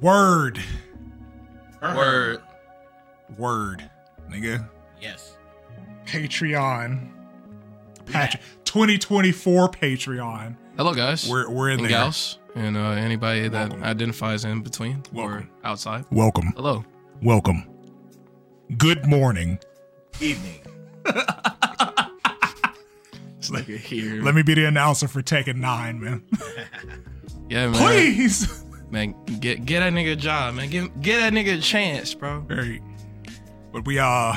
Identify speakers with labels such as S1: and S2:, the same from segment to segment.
S1: Word.
S2: Uh-huh.
S3: Word.
S1: Word. Nigga.
S3: Yes.
S1: Patreon. Pat- 2024 Patreon.
S2: Hello, guys.
S1: We're, we're in
S2: and
S1: there.
S2: gals, and uh, anybody that
S1: Welcome.
S2: identifies in between or
S1: Welcome.
S2: outside.
S1: Welcome.
S2: Hello.
S1: Welcome. Good morning.
S3: Evening.
S2: It's like here.
S1: Let me be the announcer for Tekken 9, man.
S2: yeah, man.
S1: Please.
S2: Man, get get that nigga a job, man. Give get that nigga a chance, bro.
S1: Right. But we, uh,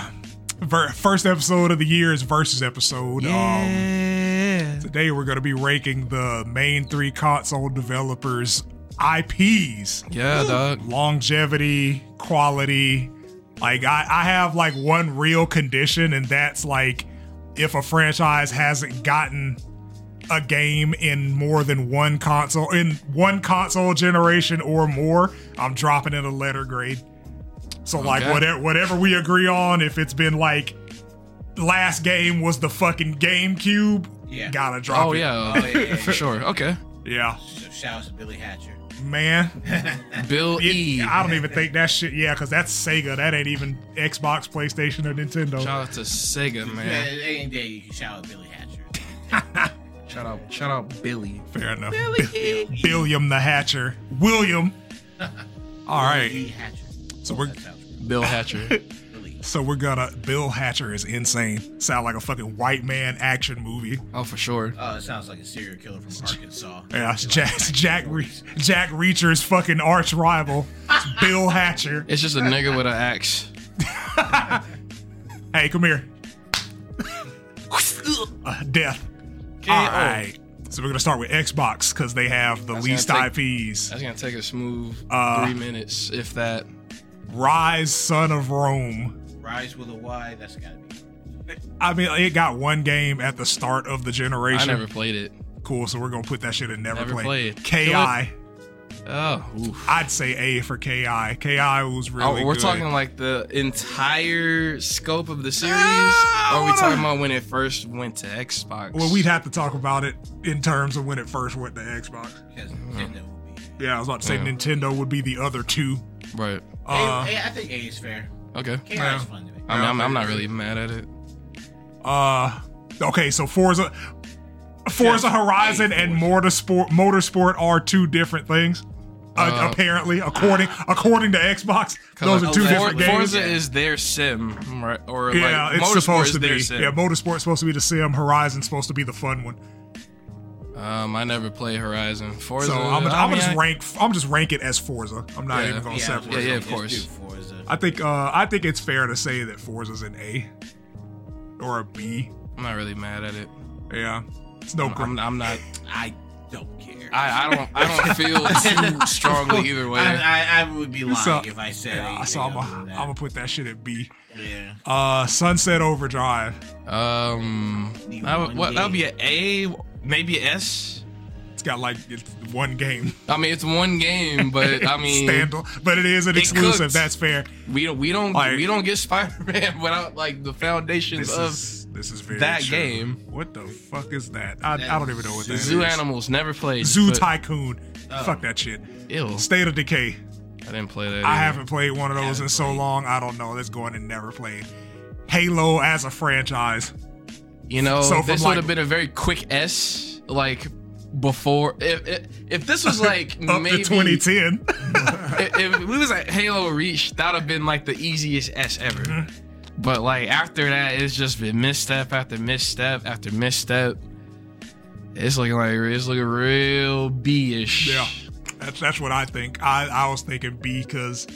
S1: ver- first episode of the year is versus episode. Um,
S2: Yeah.
S1: Today we're going to be ranking the main three console developers' IPs.
S2: Yeah, dog.
S1: Longevity, quality. Like I, I have like one real condition, and that's like if a franchise hasn't gotten a game in more than one console in one console generation or more, I'm dropping it a letter grade. So like
S2: Okay.
S1: whatever whatever we agree on, if it's been like last game was the fucking GameCube,
S3: Yeah.
S1: gotta drop
S2: Oh
S1: it.
S2: yeah,
S3: Oh, yeah, yeah,
S2: for
S3: yeah.
S2: sure. Okay,
S1: Yeah,
S3: So shout out to Billy Hatcher.
S1: man.
S2: Bill
S1: It-
S2: E.
S1: I don't even think that shit. Yeah, because that's Sega. That ain't even Xbox, PlayStation, or Nintendo.
S2: Shout out to Sega,
S3: Man.
S2: man.
S3: any day you can shout out Billy Hatcher.
S2: Shout out, shout out Billy.
S1: Fair enough. Billiam the Hatcher. William. All right.
S3: Billy Hatcher.
S1: So we're
S3: That sounds great.
S2: Bill Hatcher.
S3: Billy.
S1: so we're gonna. Bill Hatcher is insane. Sound like a fucking white man action movie.
S2: oh, for sure.
S3: Oh, it sounds like a serial killer from Arkansas.
S1: Yeah, it's Jack Jack Re- Jack Reacher's fucking arch rival. It's Bill Hatcher.
S2: It's just a nigga with an axe.
S1: Hey, come here. Uh, death.
S2: K.O.
S1: All right. So we're gonna start with Xbox because they have the
S2: That's
S1: least
S2: gonna
S1: IPs.
S2: That's gonna take a smooth
S1: Uh,
S2: three minutes, if that.
S1: Rise, Son of Rome.
S3: Rise with a Y. That's gotta be.
S1: I mean, it got one game at the start of the
S2: I
S1: generation.
S2: never played it.
S1: cool, so we're gonna put that shit in never,
S2: Never
S1: play.
S2: played.
S1: Ki,
S2: Oh, oof.
S1: I'd say A for Ki. Ki was really.
S2: oh, we're
S1: good.
S2: talking like the entire scope of the series.
S1: Ah,
S2: or are we
S1: what
S2: talking
S1: a-
S2: about when it first went to Xbox?
S1: Well, we'd have to talk about it in terms of when it first went to Xbox.
S3: Because
S2: Hmm.
S3: Nintendo would be.
S1: Yeah, I was about to say
S2: Yeah.
S1: Nintendo would be the other two.
S2: right.
S1: Uh,
S3: A, a, I think A is fair.
S2: Okay.
S3: KI is fun to me.
S2: I mean, I'm, I'm not really mad at it.
S1: Uh, okay, so Forza, Forza
S3: Yeah,
S1: Horizon
S3: hey,
S1: and Motorsport Motorsport are two different things. Uh,
S2: Uh,
S1: apparently, according according to Xbox, those are two
S2: For-
S1: different
S3: Forza-
S1: games.
S2: Forza is their sim, right? Or
S1: yeah,
S2: like,
S1: it's
S2: Motorsport
S1: supposed
S2: is
S1: to be.
S2: their sim.
S1: Yeah, Motorsport's supposed to be the sim. Horizon's supposed to be the fun one.
S2: um, I never play Horizon. Forza.
S1: so I'm,
S2: I
S1: I'm gonna
S2: mean,
S1: just
S2: I-
S1: rank. I'm just rank it as Forza. I'm not
S2: Yeah.
S1: even gonna
S3: Yeah,
S1: separate.
S2: Yeah,
S3: Forza,
S2: yeah, of course.
S3: just do Forza.
S1: I think uh, I think it's fair to say that Forza's an A or a B.
S2: I'm not really mad at it.
S1: Yeah, it's no. gr-
S2: I'm, I'm not.
S3: I don't care.
S2: I, I don't. I don't feel too strongly either way.
S3: I, I, I would be lying
S1: So-
S3: if I said
S1: Yeah,
S3: anything
S1: so I'm
S3: other than
S1: gonna
S3: that.
S1: I'm gonna put that shit at B.
S3: yeah.
S1: Uh, Sunset Overdrive.
S2: Um,
S3: Need
S2: that would,
S3: one
S2: what, that would be
S3: game.
S2: an A, maybe an S.
S1: It's got like it's one game
S2: I mean, it's one game, but I mean,
S1: standalone, but it is an
S2: it
S1: exclusive.
S2: cooks.
S1: That's fair.
S2: we don't we don't
S1: Like-
S2: we don't get Spider Man without like the foundations
S1: This
S2: of
S1: is this is very
S2: that
S1: true.
S2: game.
S1: What the fuck is that? I, I don't even know what that is.
S2: Zoo Animals. Never played
S1: Zoo
S2: but- Oh.
S1: Tycoon.
S3: Oh.
S1: Fuck that shit.
S2: Ew,
S1: State of Decay.
S2: I didn't play that.
S1: I
S2: either.
S1: haven't played one of those in so long. I don't know. Let's go in and never played. Halo as a franchise.
S2: You know,
S1: So from,
S2: this
S1: like-
S2: would have been a very quick S, like before. If if, if this was like
S1: Up to
S2: maybe
S1: 2010.
S2: if, if we was at Halo Reach, that would have been like the easiest S ever.
S1: Mm-hmm.
S2: But like after that, it's just been misstep after misstep after misstep. It's looking like it's looking real B ish.
S1: Yeah, that's that's what I think. I, I was thinking B because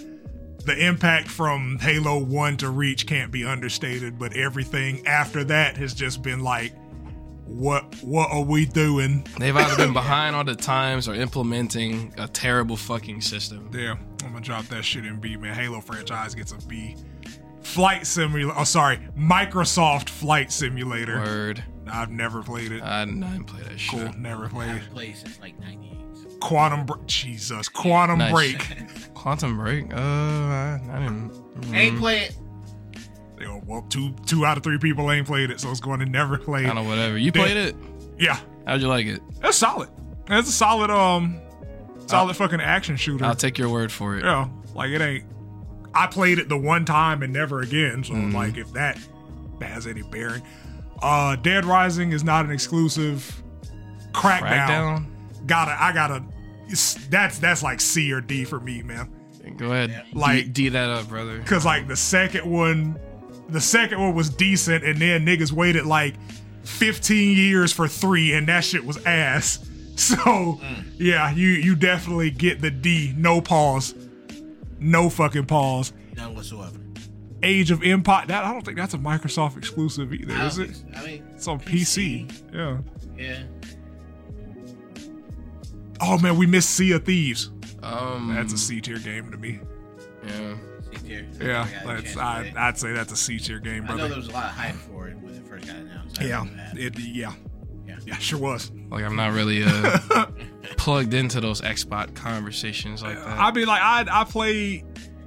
S1: the impact from Halo One to Reach can't be understated, but everything after that has just been like, what what are we doing?
S2: They've either been behind all the times or implementing a terrible fucking system.
S1: Yeah, I'm gonna drop that shit in B. Man, Halo franchise gets a B. Flight Simulator. Oh, sorry, Microsoft Flight Simulator.
S2: Word. Uh,
S1: I've never played it.
S2: I didn't, I didn't play that shit.
S1: cool, never played.
S3: I've played since like '98.
S2: Mm-hmm.
S1: it. Quantum. Br- Jesus, Quantum
S2: Nice.
S1: Break.
S2: Quantum Break. Uh, I, I didn't.
S3: Ain't
S2: mm,
S3: play it.
S1: They go, well, two two out of three people ain't played it, so it's going to never play.
S2: I don't
S1: It.
S2: know. Whatever. You
S1: Dude.
S2: played it.
S1: Yeah,
S2: How'd you like it?
S1: That's solid. That's a solid um solid fucking action shooter.
S2: Uh, I'll take your word for it.
S1: yeah, like it ain't. I played it the one time and never again. So like, if that has any bearing, uh, Dead Rising is not an exclusive. Crackdown,
S2: Crackdown.
S1: gotta, I gotta. it's- That's that's like C or D for me, man.
S2: Go ahead.
S1: Like-
S2: Like D, D that up, brother.
S1: Cause like the second one, the second one was decent, and then niggas waited like 15 years for three, and that shit was ass. So yeah, you you definitely get the D. No pause, no fucking pause.
S3: None whatsoever.
S1: Age of Empire. That I don't think that's a Microsoft exclusive either,
S3: I
S1: is
S3: don't
S1: it?
S3: think so. I mean,
S1: It's on PC. Yeah.
S3: yeah.
S1: Oh man, we missed Sea of Thieves.
S2: Um,
S1: That's a C tier game to me.
S2: yeah.
S3: See here.
S1: Yeah,
S3: I got a chance
S1: that's,
S3: today.
S1: I, I'd say that's a C tier game,
S3: I know there
S1: brother.
S3: was a lot of hype for it when it first got announced. I
S1: Yeah,
S3: remember that.
S1: it, yeah,
S3: Yeah.
S1: yeah, sure was.
S2: Like I'm not really uh, plugged into those Xbox conversations like that.
S1: I mean, like I I play,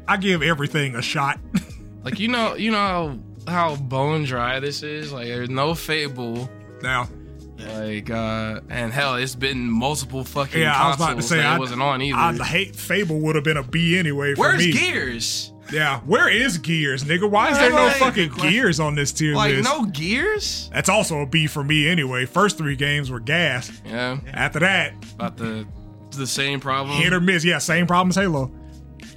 S1: I give everything a shot.
S2: like you know, you know how, how bone dry this is. Like there's no fable.
S1: now,
S2: Like uh, and hell, it's been multiple fucking
S1: yeah, I was
S2: consoles
S1: about to say
S2: that
S1: I
S2: it wasn't on either.
S1: I hate Fable would have been a B anyway. For
S2: Where's
S1: me.
S2: Gears?
S1: Yeah, where is Gears, nigga? Why is there no
S2: Like-
S1: fucking Gears on this tier
S2: Like
S1: list?
S2: no Gears?
S1: That's also a B for me anyway. First three games were gas.
S2: Yeah,
S1: After that,
S2: about the the same problem.
S1: hit or miss. Yeah, same problem as Halo.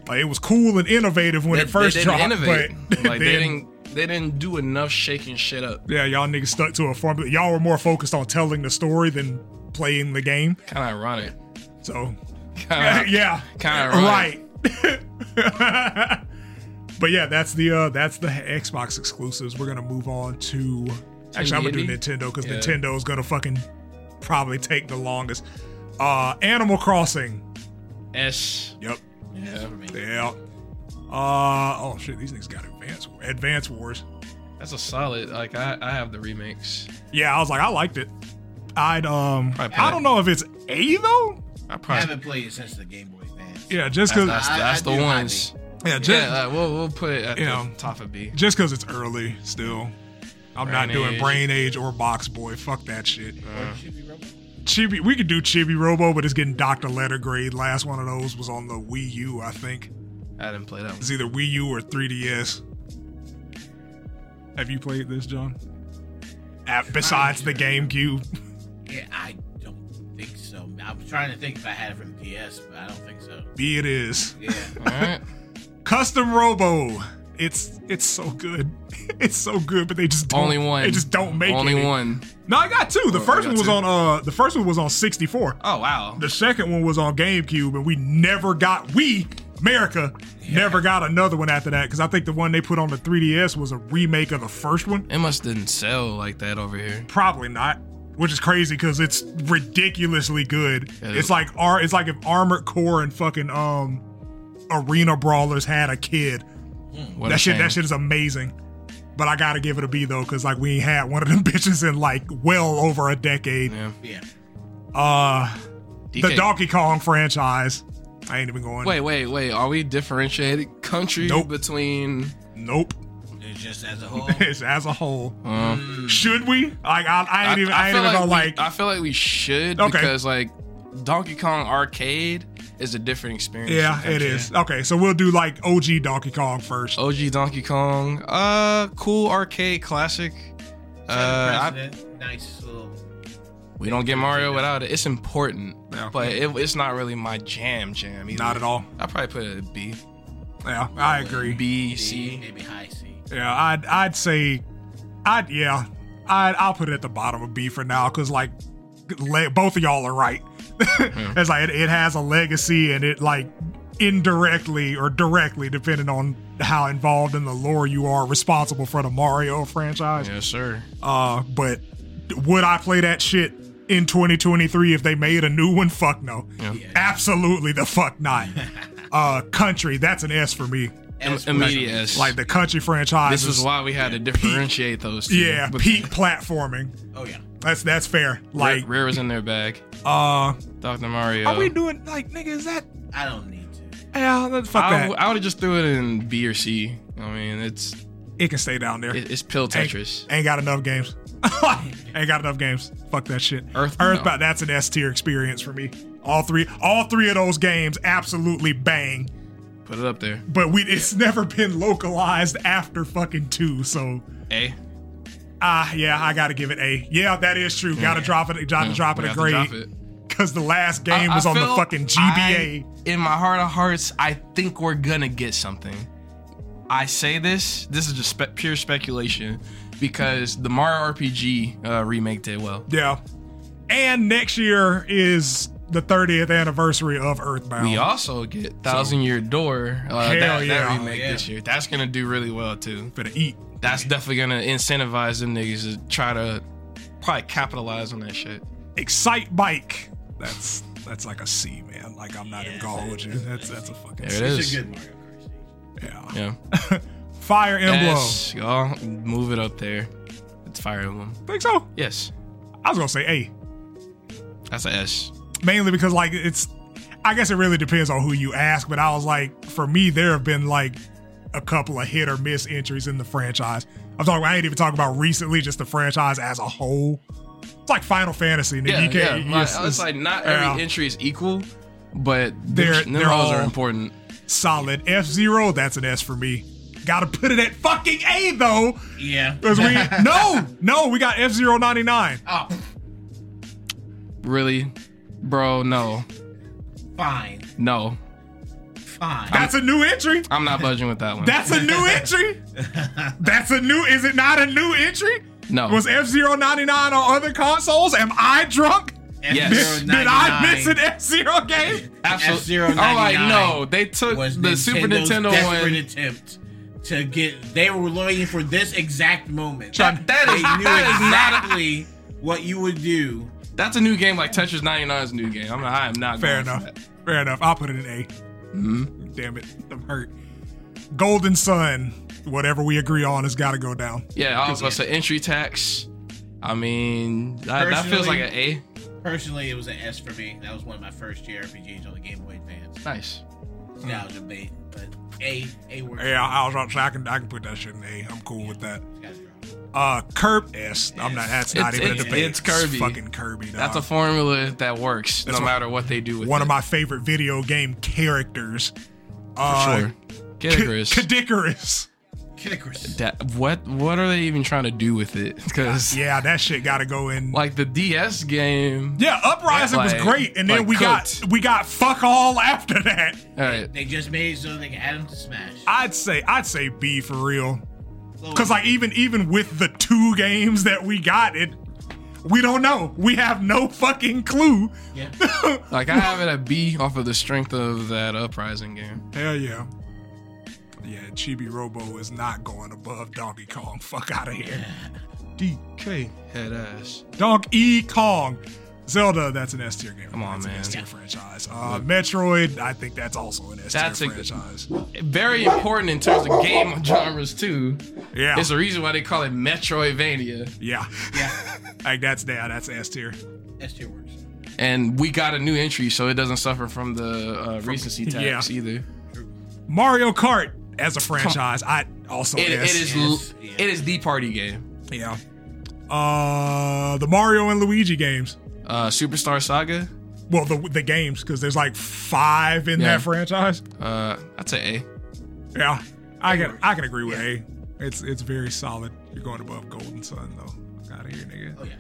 S1: Like, it was cool and innovative when
S2: They-
S1: it first
S2: they didn't
S1: dropped,
S2: innovate.
S1: but
S2: like they
S1: then-
S2: didn't they didn't do enough shaking shit up.
S1: Yeah, y'all niggas stuck to a formula. Y'all were more focused on telling the story than playing the game.
S2: Kind of ironic.
S1: So
S2: Kinda,
S1: yeah,
S2: Uh, Kinda
S1: right. but yeah, that's the uh that's the Xbox exclusives. We're gonna move on to actually I'm gonna do
S2: 1080?
S1: Nintendo because
S2: Yeah.
S1: Nintendo's gonna fucking probably take the longest. Uh Animal Crossing.
S2: S.
S1: Yep.
S3: Yeah, that's for me.
S1: Yeah. Uh oh shit, these niggas got advance advance wars.
S2: That's a solid. Like I, I have the remakes.
S1: Yeah, I was like, I liked it. I'd um
S2: Probably
S1: I don't know if it's A though.
S2: I
S3: I
S2: probably.
S3: haven't played it since the Game Boy Advance.
S1: Yeah, just
S2: That's,
S1: cause
S2: that's,
S3: I-
S2: that's
S3: I
S2: the
S3: do like
S2: ones.
S1: yeah, just,
S2: Yeah, like, we'll we'll put it at
S1: You
S2: the
S1: know.
S2: top of B.
S1: just cause it's early still. I'm not
S2: Brain
S1: doing
S2: Age.
S1: brain age or box boy. Fuck that shit.
S3: Or should be Robo-
S1: Chibi, we could do Chibi Robo, but it's getting Doctor Letter grade. Last one of those was on the Wii U, I think.
S2: I didn't play that one.
S1: It's either Wii U or 3DS. Have you played this, John? Ah, besides the GameCube,
S3: Yeah, I don't think so. I was trying to think if I had it from DS, but I don't think so.
S1: be it is
S3: Yeah.
S2: All right.
S1: Custom Robo. It's it's so good. It's so good, but they just don't,
S2: Only one.
S1: They just don't make
S2: Only
S1: any.
S2: one.
S1: No, I got two. The
S2: Oh, I
S1: first
S2: got
S1: one was
S2: two.
S1: on uh the first one was on 64.
S2: Oh wow.
S1: The second one was on GameCube, and we never got we America never got another one after that because I think the one they put on the 3DS was a remake of the first one.
S2: It must didn't sell like that over here.
S1: Probably not, which is crazy because it's ridiculously good.
S2: Yeah,
S1: It's
S2: it-
S1: like our it's like if Armored Core and fucking um Arena Brawlers had a kid.
S2: What a
S1: that shit
S2: shame.
S1: that shit is amazing. But I gotta give it a B though, cause like we ain't had one of them bitches in like well over a decade.
S2: Yeah.
S3: Yeah.
S1: Uh the
S2: DK.
S1: Donkey Kong franchise. I ain't even going.
S2: Wait, wait, wait. Are we differentiating country
S1: Nope.
S2: between?
S1: Nope.
S3: It's just as a whole.
S1: It's as a whole.
S2: Uh,
S1: Should we? Like I, I ain't even. I, ain't
S2: feel
S1: even gonna
S2: like we-
S1: like.
S2: I feel like we should
S1: Okay.
S2: because like Donkey Kong Arcade is a different experience.
S1: yeah,
S2: from
S1: it
S2: country.
S1: is. Okay, so we'll do like OG Donkey Kong first.
S2: OG Donkey Kong, uh, cool arcade classic. Uh, I,
S3: Precedent, nice little.
S2: we don't get Mario without it. It's important,
S1: Yeah.
S2: but it, it's not really my jam. Jam. Either.
S1: Not at all.
S2: I probably put it at B,
S1: Yeah, I agree.
S2: B,
S3: C,
S2: C.
S3: maybe high C.
S1: Yeah, I'd I'd say, I'd yeah, I'd I'll put it at the bottom of B for now because like, le- both of y'all are right. it's like it, it has a legacy and it like indirectly or directly, depending on how involved in the lore you are, responsible for the Mario franchise.
S2: Yes, sir.
S1: Uh, but would I play that shit in 2023 if they made a new one? Fuck no.
S2: Yeah.
S1: Absolutely the fuck not. uh, country, that's an S for me.
S3: S
S2: Immediate
S3: was-
S2: S.
S1: Like the country franchise.
S2: this is why we had to differentiate those. Two.
S1: yeah,
S2: But
S1: peak platforming.
S3: Oh yeah.
S1: That's that's fair.
S2: Rare,
S1: Like,
S2: Rare was in their bag.
S1: uh,
S2: Dr. Mario.
S1: are we doing like nigga? Is that
S3: I don't need to.
S1: yeah? that- Fuck
S2: I,
S1: that.
S2: would have just threw it in B or C. I mean, it's
S1: it can stay down there.
S2: it, it's pill
S1: ain't,
S2: Tetris.
S1: ain't got enough games. ain't got enough games. Fuck that shit.
S2: Earthbound.
S1: Earthbound. That's an S tier experience for me. All three, all three of those games absolutely bang.
S2: Put it up there.
S1: But we, it's never been localized after fucking two. So
S2: A.
S1: ah, yeah, I gotta give it a. Yeah, that is true. Gotta drop it. Gotta
S2: Yeah,
S1: drop
S2: we
S1: it a
S2: have to drop
S1: grade
S2: it.
S1: because the last game was
S2: I
S1: on the
S2: feel-
S1: fucking GBA.
S2: I- in my heart of hearts, I think we're gonna get something. I say this. This is just spe- pure speculation because the Mario RPG uh, remake did well.
S1: yeah, and next year is the 30th anniversary of Earthbound.
S2: We also get Thousand Year Door. Uh,
S1: Um, Hell
S2: that,
S1: yeah.
S2: that remake
S3: Yeah.
S2: this year. That's gonna do really well too.
S1: Finna eat.
S2: That's definitely gonna incentivize them niggas to try to probably capitalize on that shit.
S1: Excite Bike. That's that's like a C, man. Like I'm not even gonna hold you. That's that's a fucking
S2: There
S1: C.
S2: it is.
S3: It's a good Mario Kart stage.
S1: Yeah.
S2: Yeah.
S1: Fire Emblem.
S2: Yes, y'all move it up there. It's Fire Emblem.
S1: Think so?
S2: Yes,
S1: I was gonna say A,
S2: that's a S.
S1: mainly because like it's. I guess it really depends on who you ask, but I was like, for me, there have been like a couple of hit or miss entries in the franchise. I'm talking. I ain't even talking about recently, just the franchise as a whole. It's like Final Fantasy. nigga.
S2: Yeah,
S1: you
S2: yeah.
S1: can't,
S2: Like,
S1: it's-
S2: it's
S1: it's
S2: like not every
S1: yeah.
S2: entry is equal, but
S1: They're-
S2: they're, them
S1: they're
S2: roles are
S1: all-
S2: important.
S1: solid F Zero. That's an S for me. Got to put it at fucking A though.
S3: Yeah.
S1: 'Cause we no no we got F 099
S3: Oh,
S2: Really, bro? No,
S3: fine.
S2: no,
S3: Fine.
S1: That's a new entry.
S2: I'm not budging with that one.
S1: That's a new entry. That's a new. Is it not a new entry?
S2: no.
S1: Was F 099 on other consoles? Am I drunk?
S2: Yes.
S1: Did,
S3: F-Zero
S1: did I
S3: 99
S1: miss an F Zero game?
S2: Absolutely.
S3: F-Zero
S2: I'm like,
S3: 99
S2: no, they took the
S3: Was
S2: Super
S3: Nintendo's
S2: Nintendo
S3: desperate
S2: one.
S3: attempt to get. They were waiting for this exact moment.
S2: That- that
S3: they
S2: is-
S3: knew
S2: that
S3: exactly what you would do.
S2: That's a new game, like Tetris 99 is a new game. I'm not, I am not.
S1: Fair
S2: going for
S1: enough.
S2: that.
S1: Fair enough. I'll put it in A. Hmm? Damn it, I'm hurt. Golden Sun. Whatever we agree on has got to go down.
S2: Yeah, I was about to say entry tax. I mean, that, that feels like
S3: Personally-
S2: an A.
S3: Personally, it was an S for me. That was one of my first JRPGs on the Game Boy Advance.
S2: Nice.
S3: Nostalgia bait, but A A works.
S1: Yeah, I was about to say I can I can put that shit in A. I'm cool with that.
S3: It's gotta drop.
S1: Uh, Curb S. I'm not. That's not
S2: It's-
S1: even
S2: it's-
S1: a debate.
S2: it's Kirby.
S1: fucking Kirby. Dog.
S2: That's a formula that works no
S1: uh, That's
S2: matter what they do with
S1: one
S2: it.
S1: of my favorite video game characters.
S2: For
S1: Uh,
S2: sure. Get
S1: K-
S2: it, Chris.
S1: Kadicarus.
S3: Kid Icarus.
S2: That- what what are they even trying to do with it? Because
S1: Yeah, that shit got to go in.
S2: like the DS game,
S1: yeah, Uprising was
S2: like-
S1: great, and then
S2: like
S1: we
S2: cooked.
S1: got we got fuck all after that.
S2: all right,
S3: They just made it so they can add him to Smash.
S1: I'd say I'd say B for real,
S3: So-
S1: because like even even with the two games that we got, it we don't know. We have no fucking clue.
S3: yeah.
S2: like I have it at B off of the strength of that Uprising game.
S1: Hell yeah. Yeah, Chibi Robo is not going above Donkey Kong. Fuck out of here.
S2: DK head ass.
S1: Donkey Kong. Zelda, that's an S tier game.
S2: Come on,
S1: that's
S2: man.
S1: An S tier franchise. Uh, Metroid, I think that's also an S
S2: That's
S1: tier
S2: a-
S1: franchise.
S2: Very important in terms of game genres too.
S1: yeah.
S2: It's the reason why they call it Metroidvania.
S1: yeah.
S3: Yeah.
S1: Like that's yeah, that's S tier.
S3: S tier works.
S2: And we got a new entry, so it doesn't suffer from the uh, recency tax
S1: yeah.
S2: either.
S1: Mario Kart as a franchise, I also
S2: It, it
S1: S.
S2: is
S3: Yes,
S2: l-
S3: yeah.
S2: it is the party game.
S1: Yeah. Uh, the Mario and Luigi games.
S2: Uh, Superstar Saga,
S1: Well, the the games because there's like five in
S2: Yeah.
S1: that franchise.
S2: uh, I'd say A.
S1: Yeah, I can I can agree with A. It's it's very solid. You're going above Golden Sun though. Out of here, nigga.
S3: Oh yeah.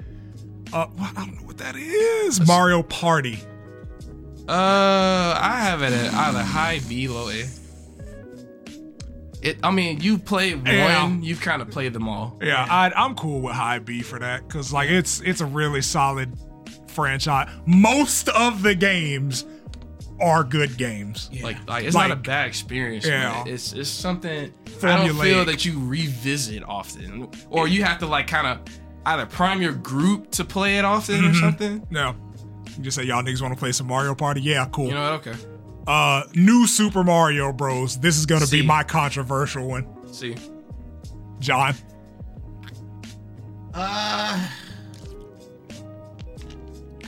S1: Uh, well, I don't know what that is. Mario Party.
S2: Uh, I have it at either high B, low A. It. I mean, you play one.
S1: Yeah.
S2: You've kind of played them all.
S1: Yeah, I'd, I'm cool with high B for that because like it's it's a really solid franchise. Most of the games are good games.
S3: Yeah.
S2: Like, like it's not a
S1: Like-
S2: bad experience.
S1: Yeah.
S2: man. It's it's something I don't feel
S1: Formulaic.
S2: that you revisit often, or you have to like kind of either prime your group to play it often or something.
S1: No, you just say y'all niggas want to play some Mario Party. Yeah, cool.
S2: You know what? Okay.
S1: uh, new Super Mario Bros. This is gonna
S2: See.
S1: be my controversial one,
S2: See,
S1: John.
S3: Uh.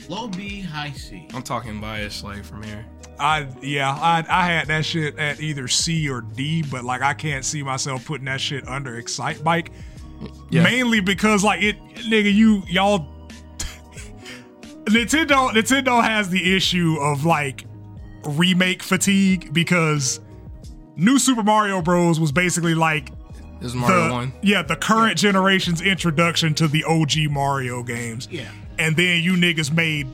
S3: Low B, high C.
S2: I'm talking bias like from here.
S1: I yeah, I I had that shit at either C or D, but like I can't see myself putting that shit under Excite Bike.
S2: Yeah.
S1: Mainly because like it nigga, you y'all Nintendo Nintendo has the issue of like remake fatigue because New Super Mario Bros was basically like
S2: This is Mario
S1: the-
S2: One.
S1: yeah the current generation's introduction to the OG Mario games.
S3: Yeah.
S1: and then you niggas made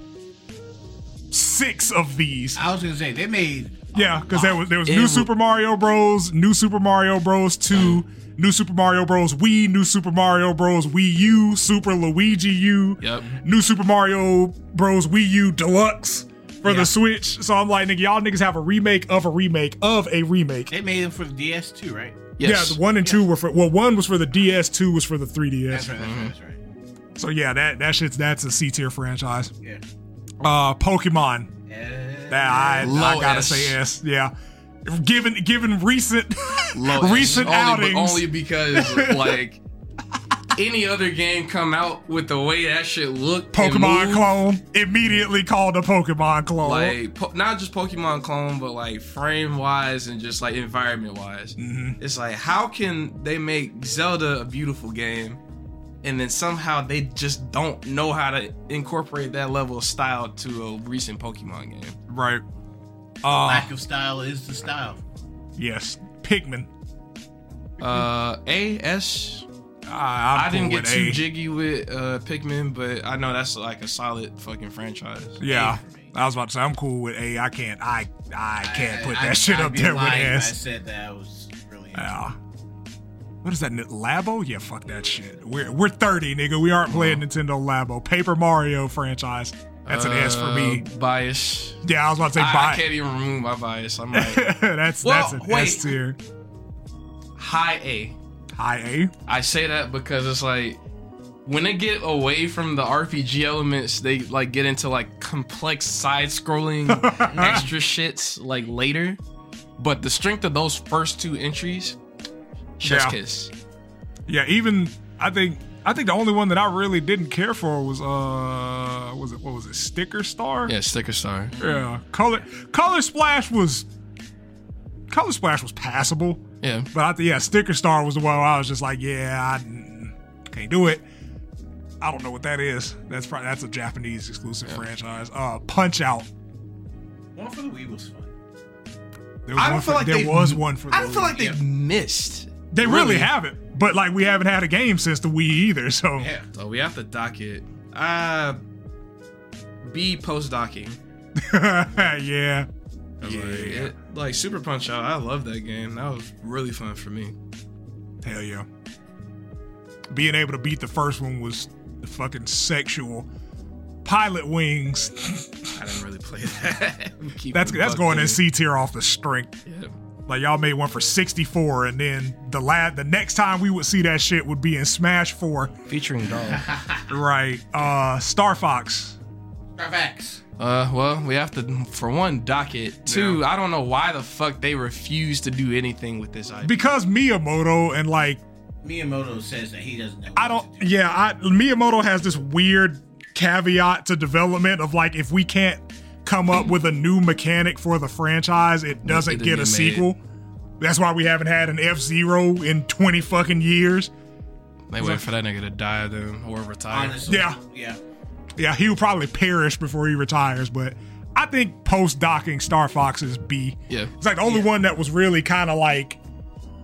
S1: six of these.
S3: I was gonna say they made.
S1: Yeah, because there was there was
S2: It
S1: new
S2: wa-
S1: Super Mario Bros, new Super Mario Bros two, new Super Mario Bros Wii, new Super Mario Bros Wii U, Super Luigi U,
S2: Yep.
S1: new Super Mario Bros Wii U Deluxe for
S3: Yeah.
S1: the Switch. So I'm like, nigga, y'all niggas have a remake of a remake of a remake.
S3: They made them for the DS too, right?
S2: Yes.
S1: Yeah, the one and two were for well, one was for the DS, two was for the 3DS.
S3: That's right. That's right. That's right.
S1: So yeah, that that shit's that's a C tier franchise.
S3: Yeah.
S1: Uh, Pokemon.
S3: And-
S1: That I, I
S2: Low
S1: gotta
S2: S.
S1: say yes, yeah. Given given recent
S2: Low S.
S1: recent
S2: only,
S1: outings,
S2: But only because like any other game come out with the way that shit looked. and
S1: Pokemon
S2: moved,
S1: clone immediately called a Pokemon clone.
S2: Like po- not just Pokemon clone, but like frame wise and just like environment wise.
S1: Mhm.
S2: It's like how can they make Zelda a beautiful game, and then somehow they just don't know how to incorporate that level of style to a recent Pokemon game.
S1: Right. Uh,
S3: Lack of style is the style.
S1: yes, Pikmin.
S2: Uh, A S.
S1: I, I'm
S2: I didn't
S1: cool
S2: get
S1: with
S2: too
S1: A.
S2: jiggy with uh Pikmin, but I know that's like a solid fucking franchise.
S1: Yeah,
S3: A for me.
S1: I was about to say I'm cool with A. I can't. I I can't put
S3: I-
S1: that shit
S3: I'd
S1: up
S3: be
S1: there with
S3: lying if I
S1: S.
S3: said that I was really.
S1: Yeah. What is that? N- Labo? Yeah, fuck that shit. We're we're 30, nigga. We aren't
S2: Uh-huh.
S1: playing Nintendo Labo. Paper Mario franchise. That's an S for
S2: Uh,
S1: me.
S2: Bias.
S1: Yeah, I was about to say
S2: I,
S1: buy.
S2: I can't even remove my bias. I'm like
S1: that's
S2: Well,
S1: that's an
S2: wait.
S1: S tier.
S2: high A.
S1: High
S2: I say that because it's like when they get away from the RPG elements, they like get into like complex side scrolling extra shits like later. But the strength of those first two entries, chef's
S1: Yeah.
S2: kiss.
S1: A. Yeah, even I think I think the only one that I really didn't care for was uh was it what was it Sticker Star?
S2: Yeah, sticker star.
S1: Yeah. Color Color Splash was Color Splash was passable,
S2: Yeah.
S1: but I think yeah Sticker Star was the one where I was just like yeah I mm, can't do it. I don't know what that is. That's probably that's a Japanese exclusive franchise. Uh, Punch Out.
S3: One for the Wii was fun.
S1: There was
S2: I
S1: one
S2: don't feel
S1: for,
S2: like
S1: there
S2: they-
S1: was one for.
S2: I don't
S1: those.
S2: feel like they
S3: Yeah.
S2: missed.
S1: They really,
S2: Really?
S1: haven't. But like we haven't had a game since the Wii either, so
S3: Yeah.
S2: So we have to dock it. Uh B post docking.
S1: yeah.
S2: Like,
S1: Yeah.
S2: it- like Super Punch Out, I love that game. That was really fun for me.
S1: Hell yeah. Being able to beat the first one was fucking sexual. Pilot Wings.
S2: I didn't really play that. Keep
S1: That's
S2: it
S1: that's
S2: buck
S1: going in
S2: there.
S1: C tier off the strength.
S2: Yeah.
S1: Like y'all made one for 64, and then the lad the next time we would see that shit would be in Smash 4.
S2: Featuring Dog.
S1: Right. Uh Star Fox.
S3: Starfax.
S2: Uh, well, we have to, for one, dock it. Two, I don't know why the fuck they refuse to do anything with this IP.
S1: Because Miyamoto and like
S3: Miyamoto says that he doesn't know.
S1: I
S3: what
S1: don't.
S3: to do.
S1: Yeah, I, Miyamoto has this weird caveat to development of like if we can't come up with a new mechanic for the franchise, it doesn't
S2: didn't
S1: get
S2: get
S1: a
S2: made.
S1: sequel. That's why we haven't had an F Zero in twenty fucking years.
S2: they wait for that nigga to die then or retire.
S3: Honestly.
S1: Yeah.
S3: Yeah.
S1: Yeah, he will probably perish before he retires. But I think post docking Star Fox is B.
S2: Yeah.
S1: It's like the only one that was really kind of like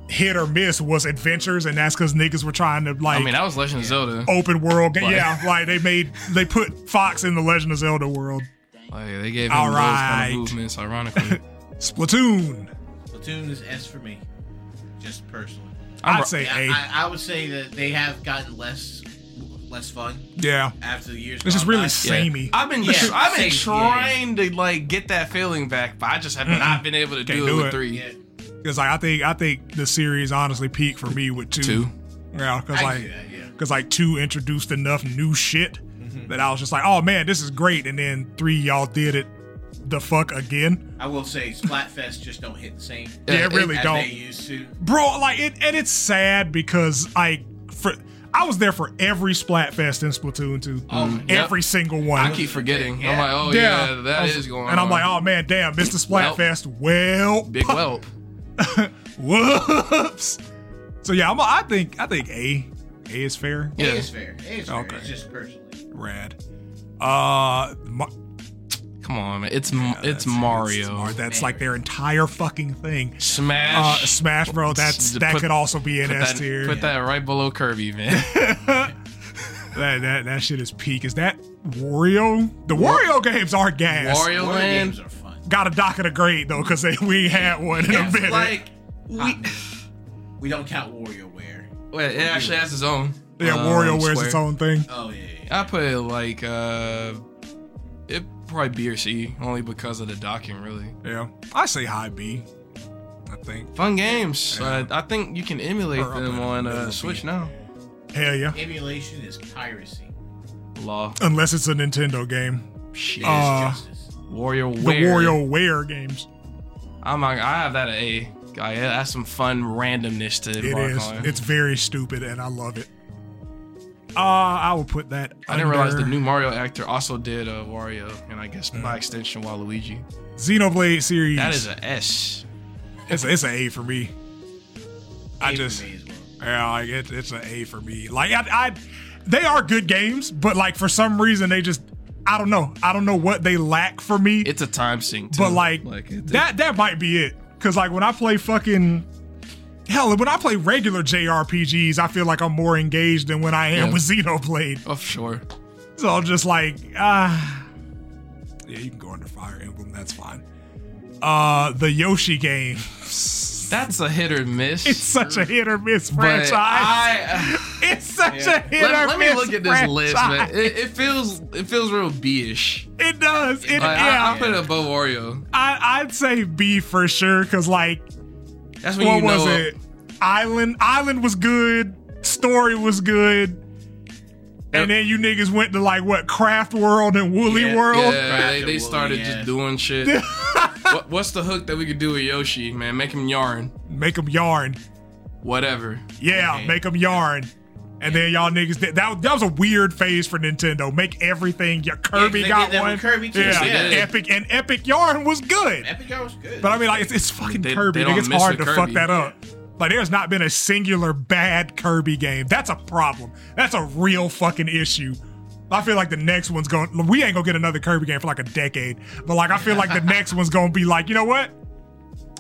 S1: hit or miss was Adventures, and that's because niggas were trying to like.
S2: I mean, that was Legend of Zelda.
S1: Open world game,
S2: Like-
S1: yeah. Like they made, they put Fox in the Legend of Zelda world.
S2: Like, they gave him
S1: All
S2: those
S1: right.
S2: kind of movements, ironically.
S1: Splatoon.
S3: Platoon is S for me. Just personally.
S2: I'm-
S1: I'd say
S3: Yeah,
S1: A.
S3: I, I would say that they have gotten less less fun
S1: yeah.
S3: after the years.
S1: This is
S3: gone
S1: really
S3: by.
S1: s- Samey.
S2: I've been
S3: Yeah,
S2: I've been
S3: samey, yeah,
S2: trying to like get that feeling back, but I just have not been able to
S1: Can't
S2: do it
S1: do
S2: with
S1: it.
S2: three.
S3: Yeah.
S1: Because like I think I think the series honestly peaked for me with two.
S2: Two.
S1: Yeah, because
S3: I can
S1: like
S3: see that, yeah.
S1: because like two introduced enough new shit
S2: Mm-hmm.
S1: that I was just like, oh man, this is great. And then three, y'all did it the fuck again,
S3: I will say Splatfest just don't hit the same
S1: Yeah, it really
S3: as
S1: don't.
S3: they used to.
S1: bro. Like it, and it's sad because I for I was there for every Splatfest in Splatoon two,
S3: Mm.
S2: yep.
S1: every single one.
S2: Oh, I keep forgetting.
S3: Yeah.
S2: I'm like, oh yeah, that is
S1: I was-
S2: going on.
S1: And I'm like, oh man, damn, Mr. Splatfest. Well,
S2: big whelp.
S1: whoops. So yeah, I'm, I think I think A A is fair.
S3: Yeah.
S2: Yeah.
S3: It is fair. It is fair.
S1: Okay.
S3: It's just personally.
S1: Rad. Uh, Ma-
S2: Come on, man. It's m
S1: that's-
S2: it's
S1: that's
S2: Mario.
S1: smart. That's like their entire fucking thing. Uh,
S2: Smash.
S1: Smash Bro. That's
S2: Put-
S1: that could also be an
S2: put
S1: S
S2: that,
S1: tier.
S2: put that right below Kirby, man.
S1: That, that that shit is peak. Is that Wario? The Wario games are gas.
S2: Wario
S3: War games
S2: Land.
S3: are fun.
S1: Got a docket of grade though, because we ain't had one in a
S3: It's
S1: minute.
S3: like we we don't count WarioWare.
S2: Wait, it actually has its own.
S1: yeah,
S2: um,
S1: Wario wears
S2: square.
S1: its own thing.
S3: Oh yeah, yeah, yeah.
S2: I put it like uh, it probably B or C only because of the docking. Really
S1: Yeah, I say high B. I think.
S2: fun games.
S1: Yeah.
S2: Uh, I think you can emulate
S1: Or up
S2: them
S1: in-
S2: on
S1: in the
S2: uh, Switch
S1: B.
S2: now.
S1: Hell yeah.
S3: Emulation is piracy.
S2: Law.
S1: Unless it's a Nintendo game.
S2: Shit.
S3: It is
S1: Uh,
S3: justice.
S2: Warrior
S1: The Wario WarioWare games.
S2: I'm not, I have that at A. I, that's some fun randomness to
S1: It
S2: embark
S1: is.
S2: on.
S1: It's very stupid, and I love it. Uh, I will put that.
S2: I didn't realize the
S1: under Mm.
S2: new Mario actor also did uh, Wario, and I guess by extension Waluigi.
S1: Xenoblade series.
S2: That is a S.
S1: It's, it's an A for me. I
S3: Even
S1: just
S3: me as well.
S1: yeah, like it, it's an A for me. Like I, I, they are good games, but like for some reason they just I don't know. I don't know what they lack for me.
S2: It's a time sink. Too.
S1: but like,
S2: it-
S1: that that might be it. Cause like when I play fucking hell, when I play regular JRPGs, I feel like I'm more engaged than when I am
S2: Yeah.
S1: with Xenoblade.
S2: Oh sure.
S1: So I'm just like, ah. Yeah, you can go under Fire Emblem. That's fine. Uh, the Yoshi game.
S2: That's a hit or miss.
S1: It's such a hit or miss
S2: but
S1: franchise.
S2: I,
S1: it's such a
S3: Yeah.
S1: hit
S2: let,
S1: or
S2: let me
S1: miss
S2: look at this
S1: franchise.
S2: list, man. It, it feels it feels real B-ish.
S1: It does. It,
S2: Like, I, I
S1: yeah,
S2: put it above Wario.
S1: I, I'd say B for sure. Cause like,
S2: That's when
S1: what
S2: you
S1: was
S2: know
S1: it? Island. Island was good. Story was good.
S2: Yep.
S1: And then you niggas went to like what Craft World and Woolly
S3: Yeah,
S1: World.
S2: Yeah, they, they
S3: Craftable,
S2: started
S3: yeah.
S2: just doing shit. what, what's the hook that we could do with Yoshi, man? Make him yarn.
S1: Make them yarn.
S2: Whatever.
S1: Yeah,
S2: Mm-hmm.
S3: Okay.
S1: make them yarn. And then y'all niggas did, that that was a weird phase for Nintendo. Make everything. Yeah, Kirby
S3: they
S1: got
S3: did that
S1: one.
S3: with Kirby too.
S1: Yeah,
S2: Yes, they did.
S1: Epic and Epic Yarn was good.
S3: Epic Yarn was good.
S1: But I mean, like it's, it's fucking
S2: They-
S1: Kirby.
S2: they
S1: Like,
S2: don't
S1: it's
S2: mess
S1: hard to
S2: with
S1: fuck
S2: Kirby.
S1: that up. Like there's not been a singular bad Kirby game. That's a problem. That's a real fucking issue. I feel like the next one's going. We ain't gonna get another Kirby game for like a decade. But like I feel like the next one's gonna be like, you know what?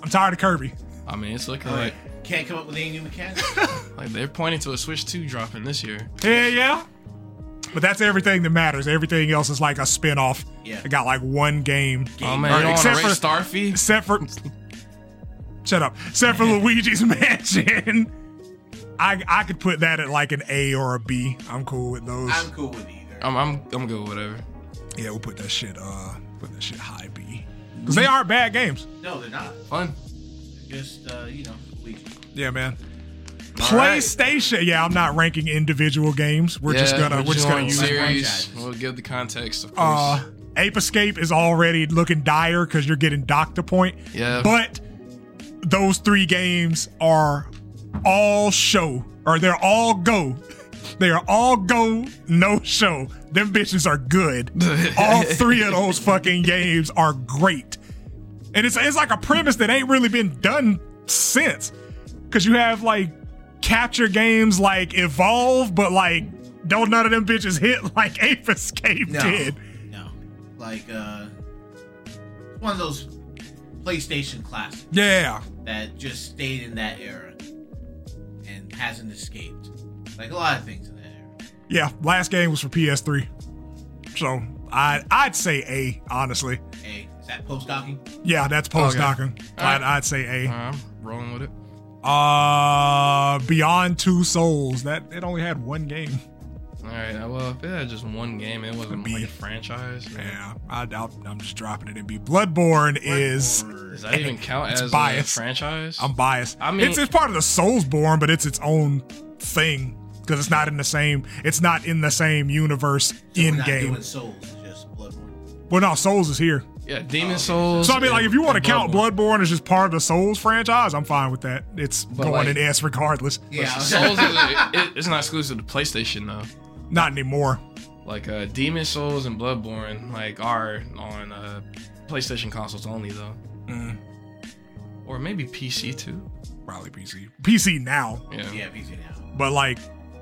S1: I'm tired of Kirby.
S2: I mean, it's looking
S3: Like,
S2: like
S3: can't come up with any new mechanics.
S2: like they're pointing to a Switch 2 dropping this year.
S1: Yeah, yeah. But that's everything that matters. Everything else is like a spin-off.
S3: Yeah.
S1: It got like one game.
S2: Oh
S1: Or
S2: man, you don't
S1: except
S2: want to
S1: for-
S2: rate Starfy?
S1: Except for Shut up. Except for Luigi's Mansion. I I could put that at like an A or a B. I'm cool with those.
S3: I'm cool with either.
S2: I'm I'm I'm good with whatever.
S1: yeah, we'll put that shit uh put that shit high B. Because they are bad games.
S3: no, they're not.
S2: Fun.
S3: They're just uh, you know, we
S1: Yeah, man.
S2: All right.
S1: PlayStation. Yeah, I'm not ranking individual games. We're just
S2: Yeah,
S1: gonna we're just gonna
S2: going
S1: use
S2: series.
S3: franchises.
S2: We'll give the context, of course.
S1: Uh, Ape Escape is already looking dire because you're getting docked a point.
S2: Yeah.
S1: But those three games are all show, or they're all go. They are all go, no show. Them bitches are good. all three of those fucking games are great. And it's, it's like a premise that ain't really been done since. Because you have like capture games like Evolve, but like don't none of them bitches hit like Ape Escape
S3: no,
S1: did.
S3: no, like uh, one of those PlayStation classics
S1: Yeah.
S3: that just stayed in that era and hasn't escaped. Like a lot of things in that era.
S1: Yeah, last game was for PS3. So I I'd say A, honestly.
S3: Hey, is that post docking?
S1: Yeah, that's post docking. I'd,
S2: Alright.
S1: I'd say A.
S2: I'm rolling with it.
S1: Uh Beyond Two Souls. That it only had one game.
S2: All right. uh, Well, if it had just one game, it wasn't
S1: B.
S2: like a franchise.
S1: Yeah, I, I'll, I'm just dropping it in B. Bloodborne is
S2: Does that even count
S1: It's
S2: as
S1: biased.
S2: a franchise?
S1: I'm biased.
S2: I mean-
S1: it's, it's part of the Soulsborne, but it's its own thing because it's not in the same. It's not in the same universe in
S3: We're not
S1: game.
S3: doing Souls, just Bloodborne.
S1: Well, no, Souls is here.
S2: yeah, Demon Souls.
S1: So I mean, like,
S2: and-
S1: if you want to
S2: and
S1: count
S2: Bloodborne.
S1: Bloodborne as just part of the Souls franchise, I'm fine with that. It's going
S2: like-
S1: in S regardless.
S3: Yeah,
S2: Souls is a, it, it's not exclusive to PlayStation though.
S1: Not anymore.
S2: Like uh, Demon Souls and Bloodborne, like are on uh, PlayStation consoles only though,
S1: Mm,
S2: or maybe PC too.
S1: probably PC. PC now,
S2: Yeah.
S3: yeah, PC now.
S1: but like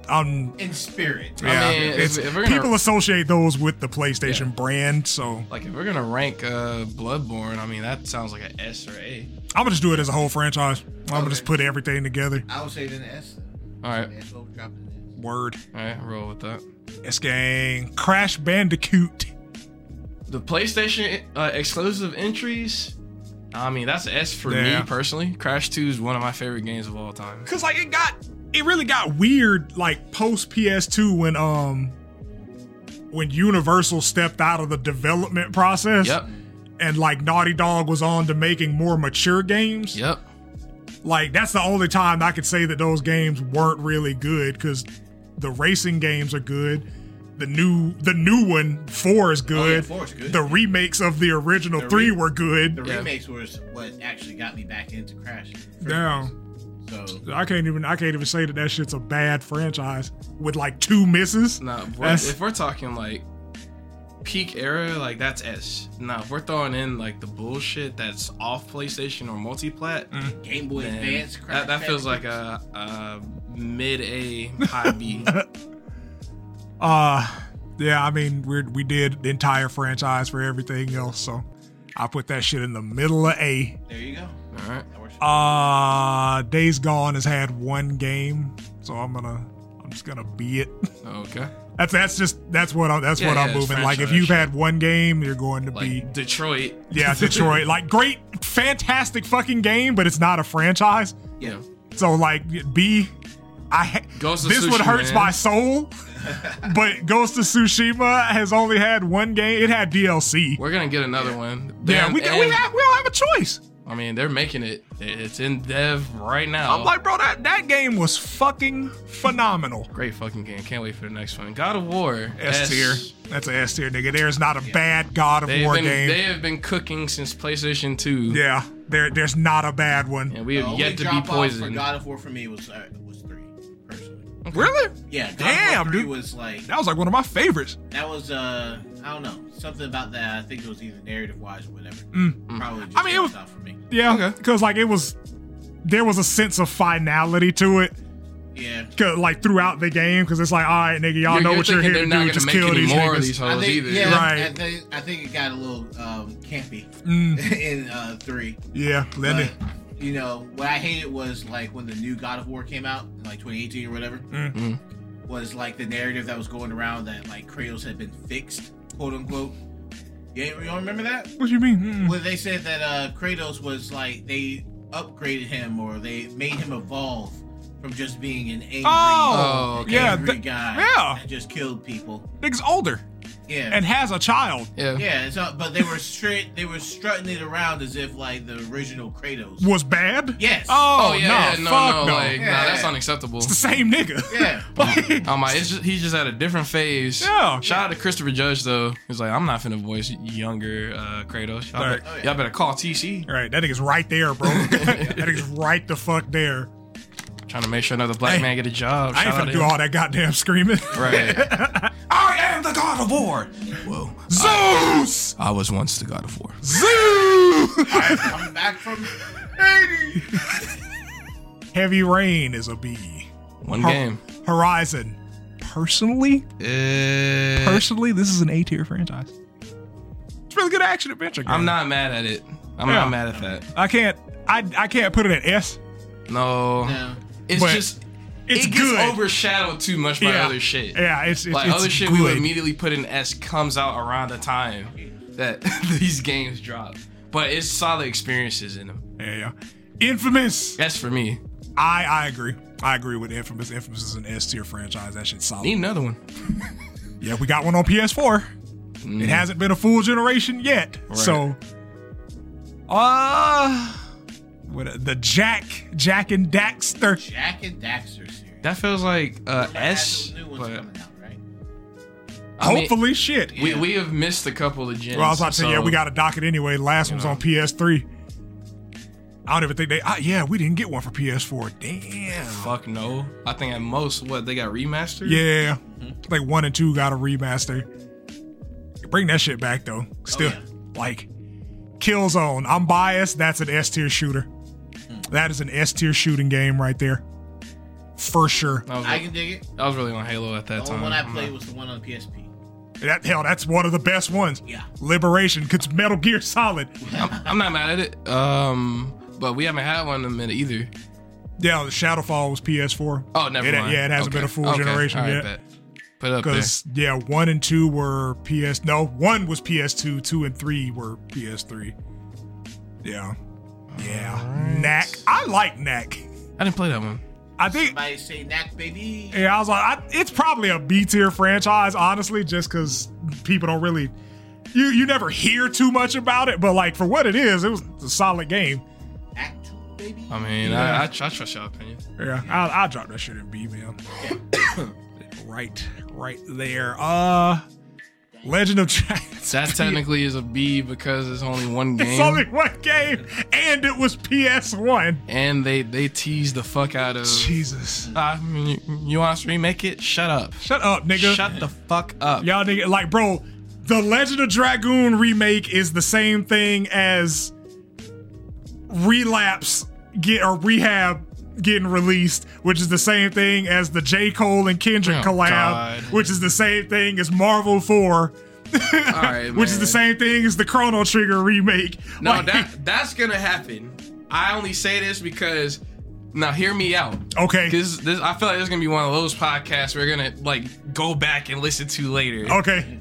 S1: I'm
S3: in spirit.
S2: I
S1: yeah.
S2: mean, if-
S1: it's,
S2: if we're gonna-
S1: people associate those with the PlayStation brand, so
S2: Like if we're gonna rank uh Bloodborne, I mean that sounds like an S or A.
S1: I'm gonna just do it as a whole franchise. I'm gonna
S3: Okay.
S1: just put everything together.
S3: I would say then the S.
S2: All right,
S3: That's what we dropped in
S1: Word.
S2: all right, roll with that.
S1: This game, Crash Bandicoot.
S2: The PlayStation uh, exclusive entries. I mean that's an S for
S1: Yeah.
S2: me personally. Crash Two is one of my favorite games of all time.
S1: Cause like it got, it really got weird like post PS2 when um when Universal stepped out of the development process
S2: Yep,
S1: and like Naughty Dog was on to making more mature games.
S2: yep.
S1: Like that's the only time I could say that those games weren't really good because the racing games are good. The new the new one four is
S3: there. Oh, yeah,
S1: good.
S3: four is good.
S1: The remakes of the original
S3: The re-
S1: three were
S3: The
S1: good.
S2: Yeah.
S3: remakes was what actually got me back into Crash.
S1: Damn,
S3: So
S1: I can't even I can't even say that that shit's a bad franchise with like two misses.
S2: Nah, if we're-
S1: That's-
S2: if we're talking like peak era, like that's S. Now if we're throwing in like the bullshit that's off PlayStation or multi-plat,
S1: Mm.
S3: Game Boy
S2: then
S3: Advance Crash.
S2: that, that feels like
S3: Bandicoot.
S2: a, a mid A high B.
S1: Uh yeah, I mean we are we did the entire franchise for everything else, so I put that shit in the middle of A.
S3: There you go.
S2: All right.
S3: That
S1: Oh,
S3: works.
S1: Uh Days Gone has had one game, so I'm gonna I'm just gonna be it.
S2: Okay.
S1: That's that's just that's what I'm that's
S2: Yeah,
S1: what
S2: yeah,
S1: I'm
S2: it's
S1: moving. Like if
S2: franchise.
S1: you've had one game, you're going to be
S2: Like Detroit.
S1: yeah Detroit. like great, fantastic fucking game, but it's not a franchise.
S2: You know,
S1: So like B, I ha-
S2: Ghost of
S1: this one
S2: Tsushima,
S1: hurts
S2: man.
S1: my soul. but Ghost of Tsushima has only had one game. It had DLC.
S2: we're gonna get another one.
S1: Yeah,
S2: Them
S1: we got, we
S2: and-
S1: have we don't have a choice.
S2: I mean, they're making it. It's in dev right now.
S1: I'm like, bro, that that game was fucking phenomenal.
S2: Great fucking game. Can't wait for the next one. God of War.
S1: S tier. That's an S tier, nigga. There's not a bad God of
S2: They've
S1: War
S2: been,
S1: game.
S2: they have been cooking since PlayStation 2.
S1: yeah, there there's not a bad one.
S2: And we
S3: The
S2: have
S3: only
S2: yet to be
S3: drop-off For
S2: poisoned.
S3: God of War for me was uh, was three personally.
S1: Really?
S3: Yeah, God
S1: Damn,
S3: of War 3
S1: dude.
S3: was like
S1: That was like one of my favorites.
S3: that was uh I don't know something about that. I think it was either narrative wise or whatever.
S2: Mm.
S3: Probably. Just
S1: Mm. I mean, it was-
S3: jumped out for me.
S1: Yeah, because like it was, there was a sense of finality to it,
S3: Yeah.
S1: 'cause, like throughout the game, because it's like, all right, nigga, y'all
S2: You're-
S1: know
S2: you're
S1: what you're
S2: thinking
S1: here to
S2: they're not
S1: do,
S2: gonna
S1: just
S2: make
S1: kill
S2: any
S1: these
S2: more of
S1: niggas.
S2: these hoes
S3: I think,
S2: either.
S3: yeah,
S1: Right.
S3: I think I think it got a little um, campy
S1: Mm.
S3: in uh, three.
S1: Yeah, let me.
S3: But, you know, what I hated was like when the new God of War came out, in, like 2018 or whatever,
S2: Mm.
S3: was like the narrative that was going around that like Kratos had been fixed, quote unquote. You ain't- you don't remember that?
S1: What you mean? Mm.
S3: When they said that uh Kratos was like they upgraded him or they made him evolve from just being an angry,
S1: Oh,
S2: Oh, okay.
S1: yeah,
S3: angry
S1: th-
S3: guy
S1: yeah.
S3: that just killed people.
S1: niggas older
S3: Yeah.
S1: and has a child
S2: Yeah.
S3: yeah, so, but they were straight. They were strutting it around as if like the original Kratos.
S1: was bad.
S3: Yes.
S1: Oh, no, fuck no.
S2: Like,
S3: Yeah.
S2: nah, that's unacceptable.
S1: It's the same nigga.
S3: Yeah.
S1: Like,
S2: Um, like, it's just, he's just at a different phase.
S1: Yeah.
S2: Shout out to Christopher Judge though. He's like, I'm not finna voice younger uh, Kratos. Y'all,
S1: Right.
S2: bet- y'all better call TC.
S1: All right, that nigga's right there, bro. that nigga's right the fuck there.
S2: Trying to make sure another black
S1: Hey,
S2: man get a job.
S1: I ain't
S2: Shout out
S1: finna
S2: to
S1: do
S2: him.
S1: all that goddamn screaming.
S2: Right. I am the God of War. Whoa.
S1: Zeus!
S2: I was once the God of War.
S1: Zeus!
S3: I've come back from Haiti.
S1: Heavy Rain is a B.
S2: One
S1: Hor-
S2: game.
S1: Horizon. Personally,
S2: Uh,
S1: personally, this is an A tier franchise. It's a really good action adventure. Game.
S2: I'm not mad at it. I'm
S1: Yeah.
S2: not mad at that.
S1: I can't. I I can't put it at S.
S2: No.
S3: No.
S2: It's
S1: But
S2: just
S1: It's
S2: it gets
S1: good.
S2: overshadowed too much by
S1: Yeah.
S2: other shit.
S1: Yeah, it's it's,
S2: like
S1: it's
S2: other shit
S1: good.
S2: we would immediately put in S comes out around the time that these games drop. But it's solid experiences in them.
S1: yeah, yeah. Infamous.
S2: S for me.
S1: I I agree. I agree with Infamous. Infamous is an S tier franchise. That shit's solid.
S2: Need another one.
S1: Yeah, we got one on PS4.
S2: Mm.
S1: It hasn't been a full generation yet. So, uh, what the Jack Jack and Daxter?
S3: Jack and Daxter series.
S2: That feels like uh,
S3: That has
S2: S.
S3: those new ones
S2: But
S3: coming out, right?
S2: I mean,
S1: Hopefully, shit.
S2: we, we have missed a couple of gens.
S1: Well, I was about to say, yeah,
S2: so-
S1: we got a docket anyway. Last one's
S2: know.
S1: on PS3. I don't even think they. I, yeah, we didn't get one for PS4. Damn.
S2: Fuck no. I think at most what they got remastered.
S1: Yeah,
S2: Mm-hmm.
S1: like one and two got a remaster. Bring that shit back though.
S2: Oh,
S1: Still,
S3: yeah.
S1: like Killzone. I'm
S2: Hmm.
S1: biased. That's an S tier shooter. That is an S tier shooting game right there. for sure.
S2: I was,
S3: I can dig it.
S2: I was really Oh, on uh, Halo at
S3: The
S2: that
S3: only
S2: time.
S3: one I
S2: I'm
S3: played
S2: not-
S3: was the one on the PSP.
S1: That hell, that's one of the best ones.
S3: Yeah.
S1: Liberation, cause Metal Gear Solid.
S2: I'm, I'm not mad at it. Um, but we haven't had one in a minute either.
S1: Yeah, Shadowfall was PS4.
S2: Oh, never
S1: It-
S2: mind.
S1: yeah, it hasn't
S2: Okay.
S1: been a full
S2: Okay.
S1: generation
S2: All right,
S1: yet.
S2: bet. Put it up there.
S1: Because yeah, one and two were PS. No, one was PS2. Two and three were PS3. Yeah, yeah. Knack. I like Knack.
S2: I didn't play that one.
S1: I think.
S3: Somebody say Knack baby.
S1: Yeah, I was like, I, it's probably a B tier franchise, honestly, just because people don't really. You you never hear too much about it, but like for what it is, it was a solid game.
S3: Act two baby.
S2: I mean,
S1: Yeah.
S2: I, I, tr- I trust your opinion.
S1: Yeah, I I drop that shit in B, man. right, right there. Uh, Legend of Dragon.
S2: That technically is a B because it's only one game.
S1: It's only one game, and it was PS1.
S2: and they they tease the fuck out of.
S1: Jesus.
S2: I mean, you, you want us to remake it? Shut up.
S1: Shut up, nigga.
S2: Shut the fuck up.
S1: Y'all nigga, like, bro, the Legend of Dragoon remake is the same thing as Relapse get or Rehab getting released, which is the same thing as the J. Cole and Kendrick
S2: Oh,
S1: collab,
S2: God.
S1: which is the same thing as Marvel 4.
S2: All right,
S1: Which is the same
S2: man.
S1: thing as the Chrono Trigger remake.
S2: No,
S1: Like-
S2: that that's gonna happen. I only say this because now hear me out.
S1: okay,
S2: Because this, I feel like this is gonna be one of those podcasts we're gonna like go back and listen to later.
S1: okay,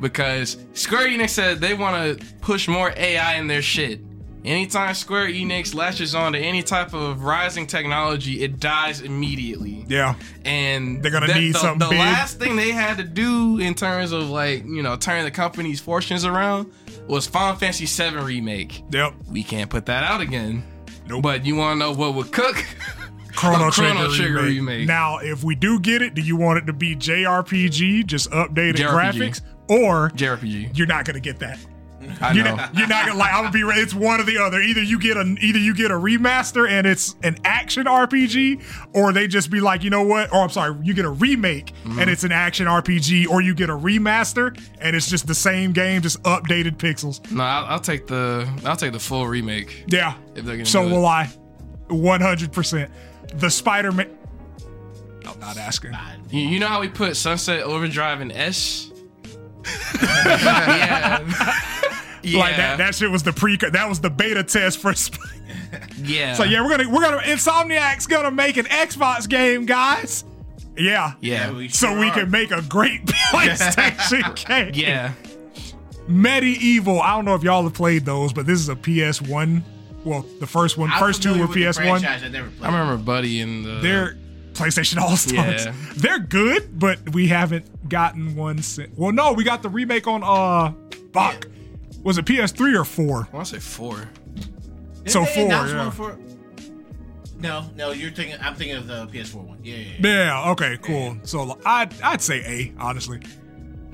S2: Because Square Enix said they want to push more AI in their shit. Anytime Square Enix latches on to any type of rising technology, it dies immediately.
S1: yeah,
S2: And
S1: They're gonna need
S2: the,
S1: something
S2: The
S1: big.
S2: last thing they had to do in terms of like you know turning the company's fortunes around was Final Fantasy VII remake
S1: yep.
S2: we can't put that out again.
S1: Nope.
S2: But you want to know what would cook?
S1: Chrono,
S2: A Chrono
S1: Trigger,
S2: Trigger
S1: remake.
S2: remake.
S1: Now, if we do get it, do you want it to be JRPG, just updated
S2: JRPG.
S1: graphics, or
S2: JRPG.
S1: you're not gonna get that?
S2: I
S1: You're
S2: know.
S1: not, you're not gonna like. I'm gonna be. It's one or the other. Either you get a either you get a remaster and it's an action RPG, or they just be like, you know what? Or I'm sorry, you get a remake
S2: Mm-hmm.
S1: and it's an action RPG, or you get a remaster and it's just the same game, just updated pixels.
S2: No, I'll, I'll take the I'll take the full remake.
S1: Yeah.
S2: If they're gonna
S1: So
S2: do it.
S1: will I. 100%. The Spider Man. I'm not asking.
S2: You, you know how we put Sunset Overdrive in S? yeah. Yeah.
S1: Like that, that shit was the pre that was the beta test for Sp-
S2: yeah.
S1: So yeah, we're gonna we're gonna Insomniac's gonna make an Xbox game, guys. Yeah.
S2: Yeah.
S3: we
S1: So
S3: sure
S1: we
S3: are.
S1: can make a great PlayStation game.
S2: Yeah.
S1: Medieval. I don't know if y'all have played those, but this is a PS1. Well, the first one,
S3: I'm
S1: first two
S3: familiar
S1: were
S3: with the
S1: PS1.
S3: franchise, I never played.
S2: I remember Buddy and the.
S1: They're PlayStation All Stars.
S2: Yeah.
S1: They're good, but we haven't gotten one since. Well, no, we got the remake on uh, fuck, was it PS3 or four?
S2: I want to say four.
S3: Didn't
S1: so
S3: they
S1: four,
S3: announce
S1: yeah.
S3: one for- No, no, you're thinking. I'm thinking of the PS4 one. Yeah, yeah. yeah.
S1: Yeah. Okay. Cool. So I'd I'd say A honestly.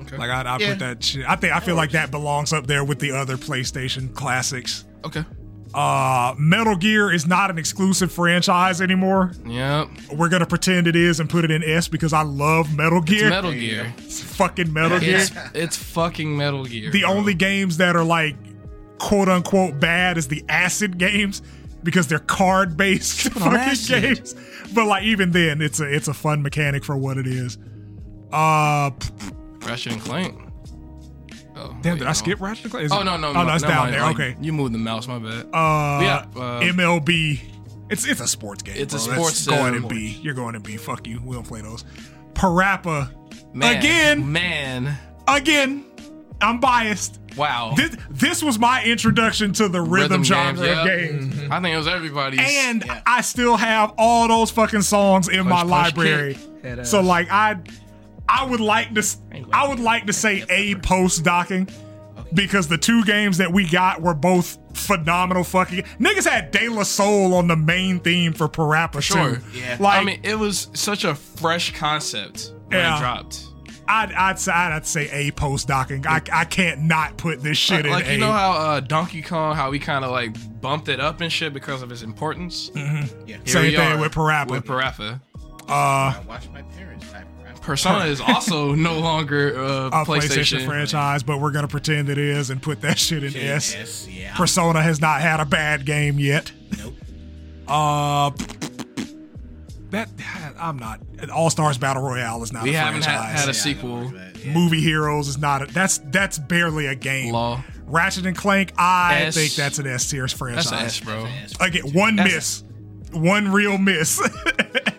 S2: Okay.
S1: Like I'd, I'd
S3: Yeah.
S1: put that shit. I think I feel like that belongs up there with the other PlayStation classics.
S2: okay.
S1: Uh, Metal Gear is not an exclusive franchise anymore.
S2: Yep.
S1: We're gonna pretend it is and put it in S because I love Metal Gear.
S2: Metal Gear.
S1: It's fucking Metal Gear.
S2: It's, it's fucking Metal Gear.
S1: the
S2: bro.
S1: only games that are like quote unquote bad is the acid games because they're card based fucking
S2: acid.
S1: games. But like even then, it's a it's a fun mechanic for what it is. Uh, p-
S2: Ratchet and Clank. Oh,
S1: damn,
S2: wait,
S1: did I
S2: no.
S1: skip Ratchet and Clank? Is
S2: Oh
S1: it-
S2: no no
S1: oh no, it's
S2: never
S1: down
S2: mind.
S1: there.
S2: Like,
S1: okay,
S2: you moved the mouse. My bad.
S1: uh,
S2: yeah, uh,
S1: MLB. It's it's a sports game.
S2: It's a
S1: bro.
S2: sports,
S1: That's going
S2: uh,
S1: in B. You're going in B. Fuck you. We don't play those. Parappa.
S2: man,
S1: Again.
S2: man.
S1: Again, I'm biased.
S2: Wow.
S1: This this was my introduction to the rhythm,
S2: games,
S1: genre
S2: yeah.
S1: of games.
S2: I think it was everybody's.
S1: and I still have all those fucking songs in my
S2: punch,
S1: library.
S2: kick. Head
S1: So
S2: ass.
S1: like I, I would like to, s- I would like to say a post docking, because the two games that we got were both phenomenal fucking niggas had De La Soul on the main theme for Parappa
S2: Sure.
S1: too.
S3: Yeah.
S1: Like
S2: I mean, it was such a fresh concept when
S1: Yeah.
S2: it dropped.
S1: I'd, I'd say I'd say a post docking. I I can't not put this shit
S2: like
S1: in
S2: you
S1: a.
S2: know how uh, Donkey Kong, how we kind of like bumped it up and shit because of its importance.
S3: yeah.
S2: Here
S1: Mm-hmm. Same
S2: we
S1: thing
S2: are
S1: with Parappa.
S2: With Parappa,
S1: uh,
S3: I watched my parents. I
S2: Persona is also no longer uh,
S1: a PlayStation,
S2: PlayStation.
S1: franchise, but we're gonna pretend it is and put that shit in S.
S3: Yes. Yeah.
S1: Persona has not had a bad game yet.
S3: nope.
S1: Uh, that I'm not All Stars Battle Royale is not
S2: We
S1: a
S2: haven't had-
S1: franchise.
S2: had a
S3: Yeah,
S2: sequel.
S3: don't worry about it. Yeah.
S1: Movie Heroes is not a, that's that's barely a game.
S2: Law.
S1: Ratchet and Clank, I
S2: S.
S1: think that's an S tier franchise.
S2: That's an S, bro.
S3: That's an
S1: Again, one
S2: That's-
S1: miss, one real miss.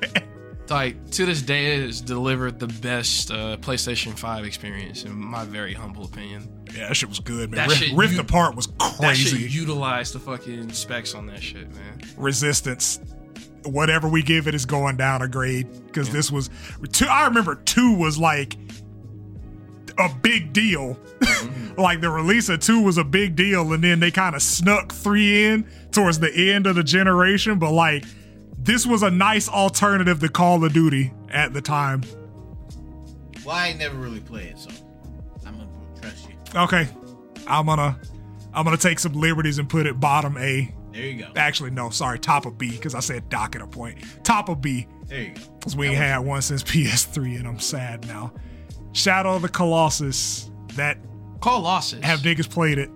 S2: Like to this day, it has delivered the best uh, PlayStation Five experience, in my very humble opinion.
S1: yeah, that shit was good, man.
S2: That
S1: Rift,
S2: shit
S1: Rift
S2: you-
S1: Apart was
S2: That
S1: crazy.
S2: should utilize the fucking specs on that shit, man.
S1: resistance. Whatever we give it is going down a grade because this was two. I remember two was like a big deal. like the release of two was a big deal, and then they kind of snuck three in towards the end of the generation. But like this was a nice alternative to Call of Duty at the time.
S3: S. Well, I ain't never really played it, so I'm gonna trust you.
S1: Okay, I'm gonna I'm gonna take some liberties and put it bottom A.
S3: There you go.
S1: Actually, no, sorry, top of B because I said dock at a point. Top of B.
S3: There you go.
S1: Because we ain't had one since PS3, and I'm sad now. Shadow of the Colossus. That
S2: Call losses.
S1: have niggas played it.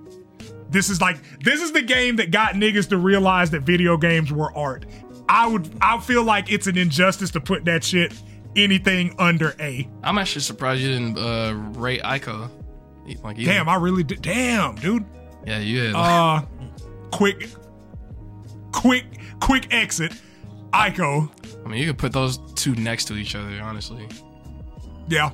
S1: This is like this is the game that got niggas to realize that video games were art. I would I feel like it's an injustice to put that shit anything under A.
S2: I'm actually surprised you didn't uh, rate Ico. Like, either.
S1: Damn, I really did. Damn, dude.
S2: Yeah, you had.
S1: Uh, quick, quick, quick exit. Ico.
S2: I mean, you could put those two next to each other, honestly.
S1: Yeah.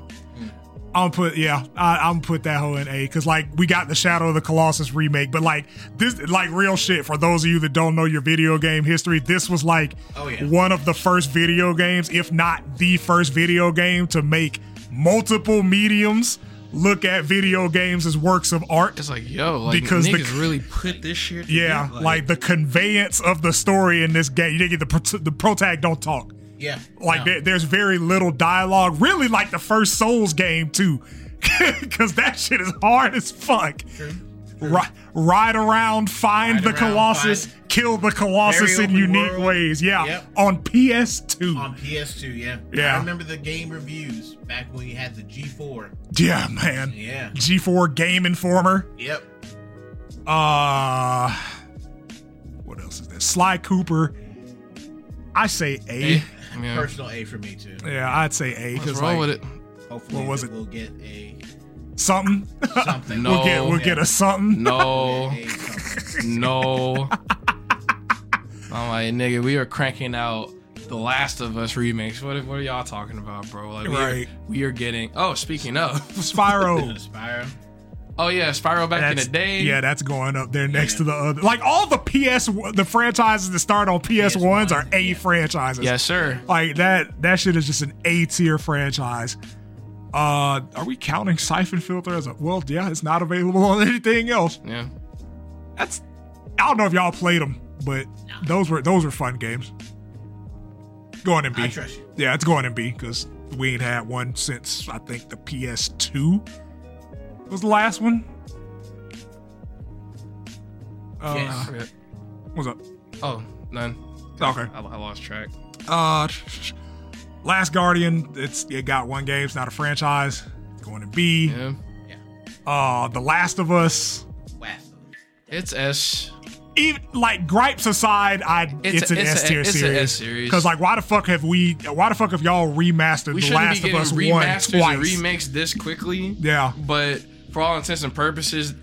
S1: I'm put yeah, I, I'm put that hoe in A because like we got the Shadow of the Colossus remake, but like this like real shit for those of you that don't know your video game history, this was like
S3: Oh, yeah.
S1: one of the first video games, if not the first video game, to make multiple mediums look at video games as works of art.
S2: It's like, yo, like
S1: Because the-
S2: niggas really put this shit.
S1: Yeah,
S2: together,
S1: like, the conveyance of the story in this game, you get the pro- the protag don't talk.
S3: Yeah.
S1: Like
S2: No.
S1: there, there's very little dialogue. Really, like the first Souls game too, because that shit is hard as fuck. Ri- ride around, find
S3: Ride
S1: the
S3: around,
S1: Colossus,
S3: find-
S1: kill the Colossus
S3: Very
S1: in
S3: open
S1: unique
S3: world.
S1: ways. Yeah,
S3: Yep.
S1: on PS2.
S3: On PS2, yeah.
S1: Yeah.
S3: I remember the game reviews back when you had the G4.
S1: yeah, man.
S3: Yeah.
S1: G4 Game Informer.
S3: Yep.
S1: Uh, what else is there? Sly Cooper. I say A.
S2: yeah.
S3: Personal A for me too.
S1: Yeah, I'd say A
S2: What's
S1: because
S2: wrong
S1: like
S2: with it?
S3: Hopefully
S1: What was
S3: that
S1: it?
S3: we'll get a
S1: something.
S3: something.
S2: No.
S1: we'll get
S3: Oh,
S1: we'll get a something.
S2: No,
S3: A something.
S2: no. I'm like, nigga, we are cranking out The Last of Us remakes. What, what are y'all talking about, bro? Like, we
S1: Right.
S2: Are, we are getting. Oh, speaking of.
S1: Spyro.
S3: Spyro.
S2: Oh yeah, Spiral back in
S1: That's-
S2: the day.
S1: Yeah, that's going up there next
S3: Yeah.
S1: to the other. Like all the PS, the franchises that start on PS ones are A franchises.
S2: Yes, sir.
S1: Like that, that shit is just an A tier franchise. Uh, are we counting Siphon Filter as a? Well, yeah, it's not available on anything else.
S2: Yeah.
S1: That's. I don't know if y'all played them, but those were those were fun games. Going in B.
S3: I trust you.
S1: Yeah, it's going in B because we ain't had one since I think the PS2 was the last one. Uh,
S3: Yes.
S2: Forget.
S1: What's up?
S2: Oh, none.
S1: Okay.
S2: I, I lost track.
S1: Uh, Last Guardian. It's it got one game. It's not a franchise. It's going to B.
S2: Yeah.
S1: Uh, The Last of Us.
S3: Waffle.
S2: It's S.
S1: Even like gripes aside, I it's,
S2: It's a-
S1: an
S2: it's a-
S1: S tier
S2: it's a S
S1: series.
S2: series.
S1: Because like, why the fuck have we? Why the fuck have y'all remastered
S2: We
S1: The
S2: shouldn't be
S1: Last of
S2: getting
S1: Us one
S2: remasters and
S1: twice?
S2: remakes this quickly.
S1: yeah,
S2: But for all intents and purposes,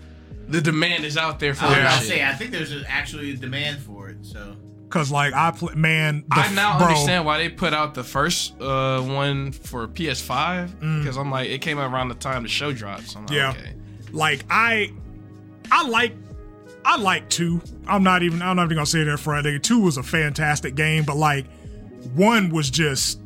S2: the demand is out there for
S3: I
S1: Oh,
S3: was
S1: Yeah.
S3: gonna
S2: that
S3: say,
S2: shit.
S3: I think there's a- actually a demand for it. So
S1: because like I play, man. the
S2: I now
S1: f- bro,
S2: understand why they put out the first uh, one for PS5 because I'm like it came out around the time the show dropped. So I'm like,
S1: Mm. Yeah.
S2: okay.
S1: like I I like I like two. I'm not even I'm not even gonna sit there in front of you. Two was a fantastic game, but like one was just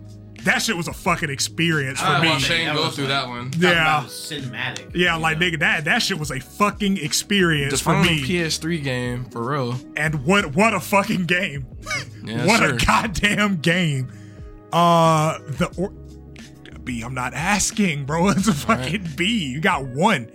S1: that shit was a fucking experience for
S2: I
S1: me.
S2: watched Shane
S3: that
S2: go
S3: was
S2: through
S3: like-
S2: that one.
S3: talking
S1: Yeah.
S3: about cinematic.
S1: Yeah,
S3: you
S1: like
S3: know.
S1: nigga, that that shit was a fucking experience
S2: It's
S1: for
S2: from
S1: me.
S2: PS3 game for real.
S1: and what what a fucking game.
S2: Yeah,
S1: what
S2: sure.
S1: a goddamn game. Uh the or B, I'm not asking, bro. It's a fucking B. You got one.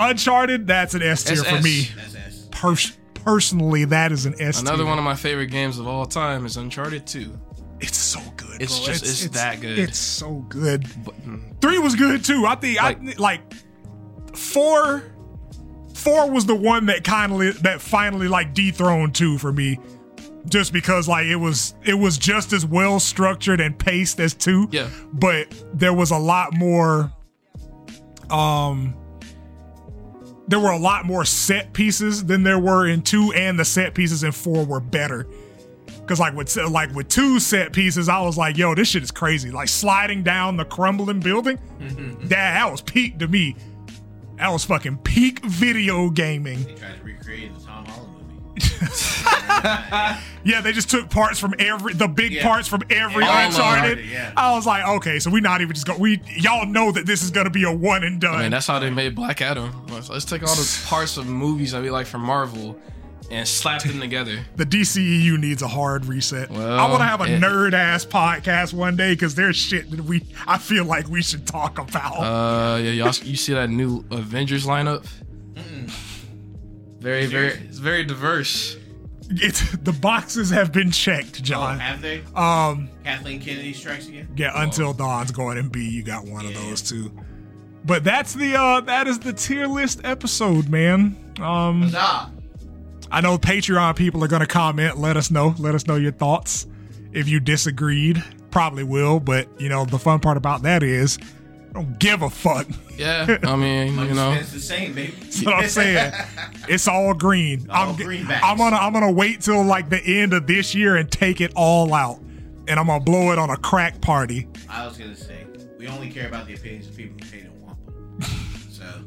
S1: Uncharted, that's an S tier for
S2: SS.
S1: me.
S3: That's S.
S1: pers- personally, that is an S.
S2: Another
S1: tier.
S2: one of my favorite games of all time is Uncharted 2.
S1: It's so good.
S2: It's
S1: bro.
S2: just- it's that good.
S1: It's so good.
S2: But, mm,
S1: Three was good too. I think. I
S2: Like-
S1: think like four. Four was the one that kindly that finally like dethroned two for me. just because like it was it was just as well structured and paced as two.
S2: Yeah.
S1: But there was a lot more um there were a lot more set pieces than there were in two, and the set pieces in four were better. Cause like with like with two set pieces, I was like, yo, this shit is crazy. Like sliding down the crumbling building. that that was peak to me. That was fucking peak video gaming.
S3: They tried to recreate the Tom Holland movie.
S1: Yeah, they just took parts from every the big
S3: Yeah.
S1: parts from every
S2: All of
S1: Uncharted.
S3: it, yeah.
S1: I was like, okay, so we not even just go. We y'all know that this is gonna be a one and done.
S2: I mean, that's how they made Black Adam. Let's, let's take all the parts of movies that we like from Marvel and slap them together.
S1: the DCEU needs a hard reset.
S2: Well,
S1: I want to have a
S2: it-
S1: nerd ass podcast one day because there's shit that we I feel like we should talk about.
S2: Uh, yeah, y'all, you see that new Avengers lineup? Very, very, it's very diverse.
S1: it's the boxes have been checked,
S3: Oh,
S1: John.
S3: have they?
S1: um,
S3: Kathleen Kennedy strikes again.
S1: yeah, until Dawn's going and B, you got one of
S3: Yeah.
S1: those too. But that's the uh that is the tier list episode, man. Um,
S3: Nah.
S1: I know Patreon people are going to comment. Let us know. Let us know your thoughts. If you disagreed, probably will. But, you know, the fun part about that is I don't give a fuck.
S2: Yeah, I mean, you know,
S3: It's the same, baby.
S1: That's what I'm saying. It's all green.
S3: All
S1: I'm,
S3: greenbacks.
S1: I'm gonna I'm gonna wait till like the end of this year and take it all out. And I'm gonna blow it on a crack party.
S3: I was gonna say we only care about the opinions of people who pay to want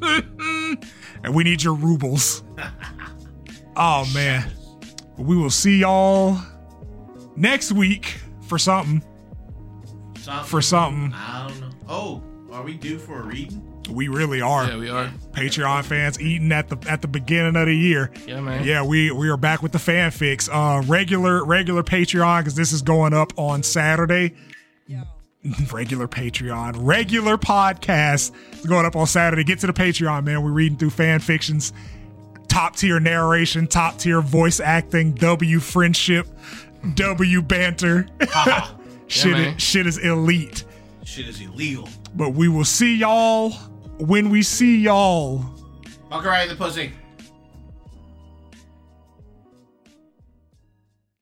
S3: them. So
S1: And we need your rubles. oh man. We will see y'all next week for something.
S3: something,
S1: For something.
S3: I don't know. Oh, are we due for a reading?
S1: We really are.
S2: yeah, we are.
S1: Patreon fans eating at the at the beginning of the year.
S2: Yeah, man.
S1: Yeah, we we are back with the fanfics. Uh, regular regular Patreon because this is going up on Saturday. Regular Patreon, regular podcast is going up on Saturday. Get to the Patreon, man. We're reading through fan fictions, top tier narration, top tier voice acting, W friendship, W banter. shit,
S2: Yeah,
S1: is-
S2: man.
S1: shit is elite.
S3: Shit is illegal.
S1: But we will see y'all when we see y'all.
S3: Fuck right in the pussy.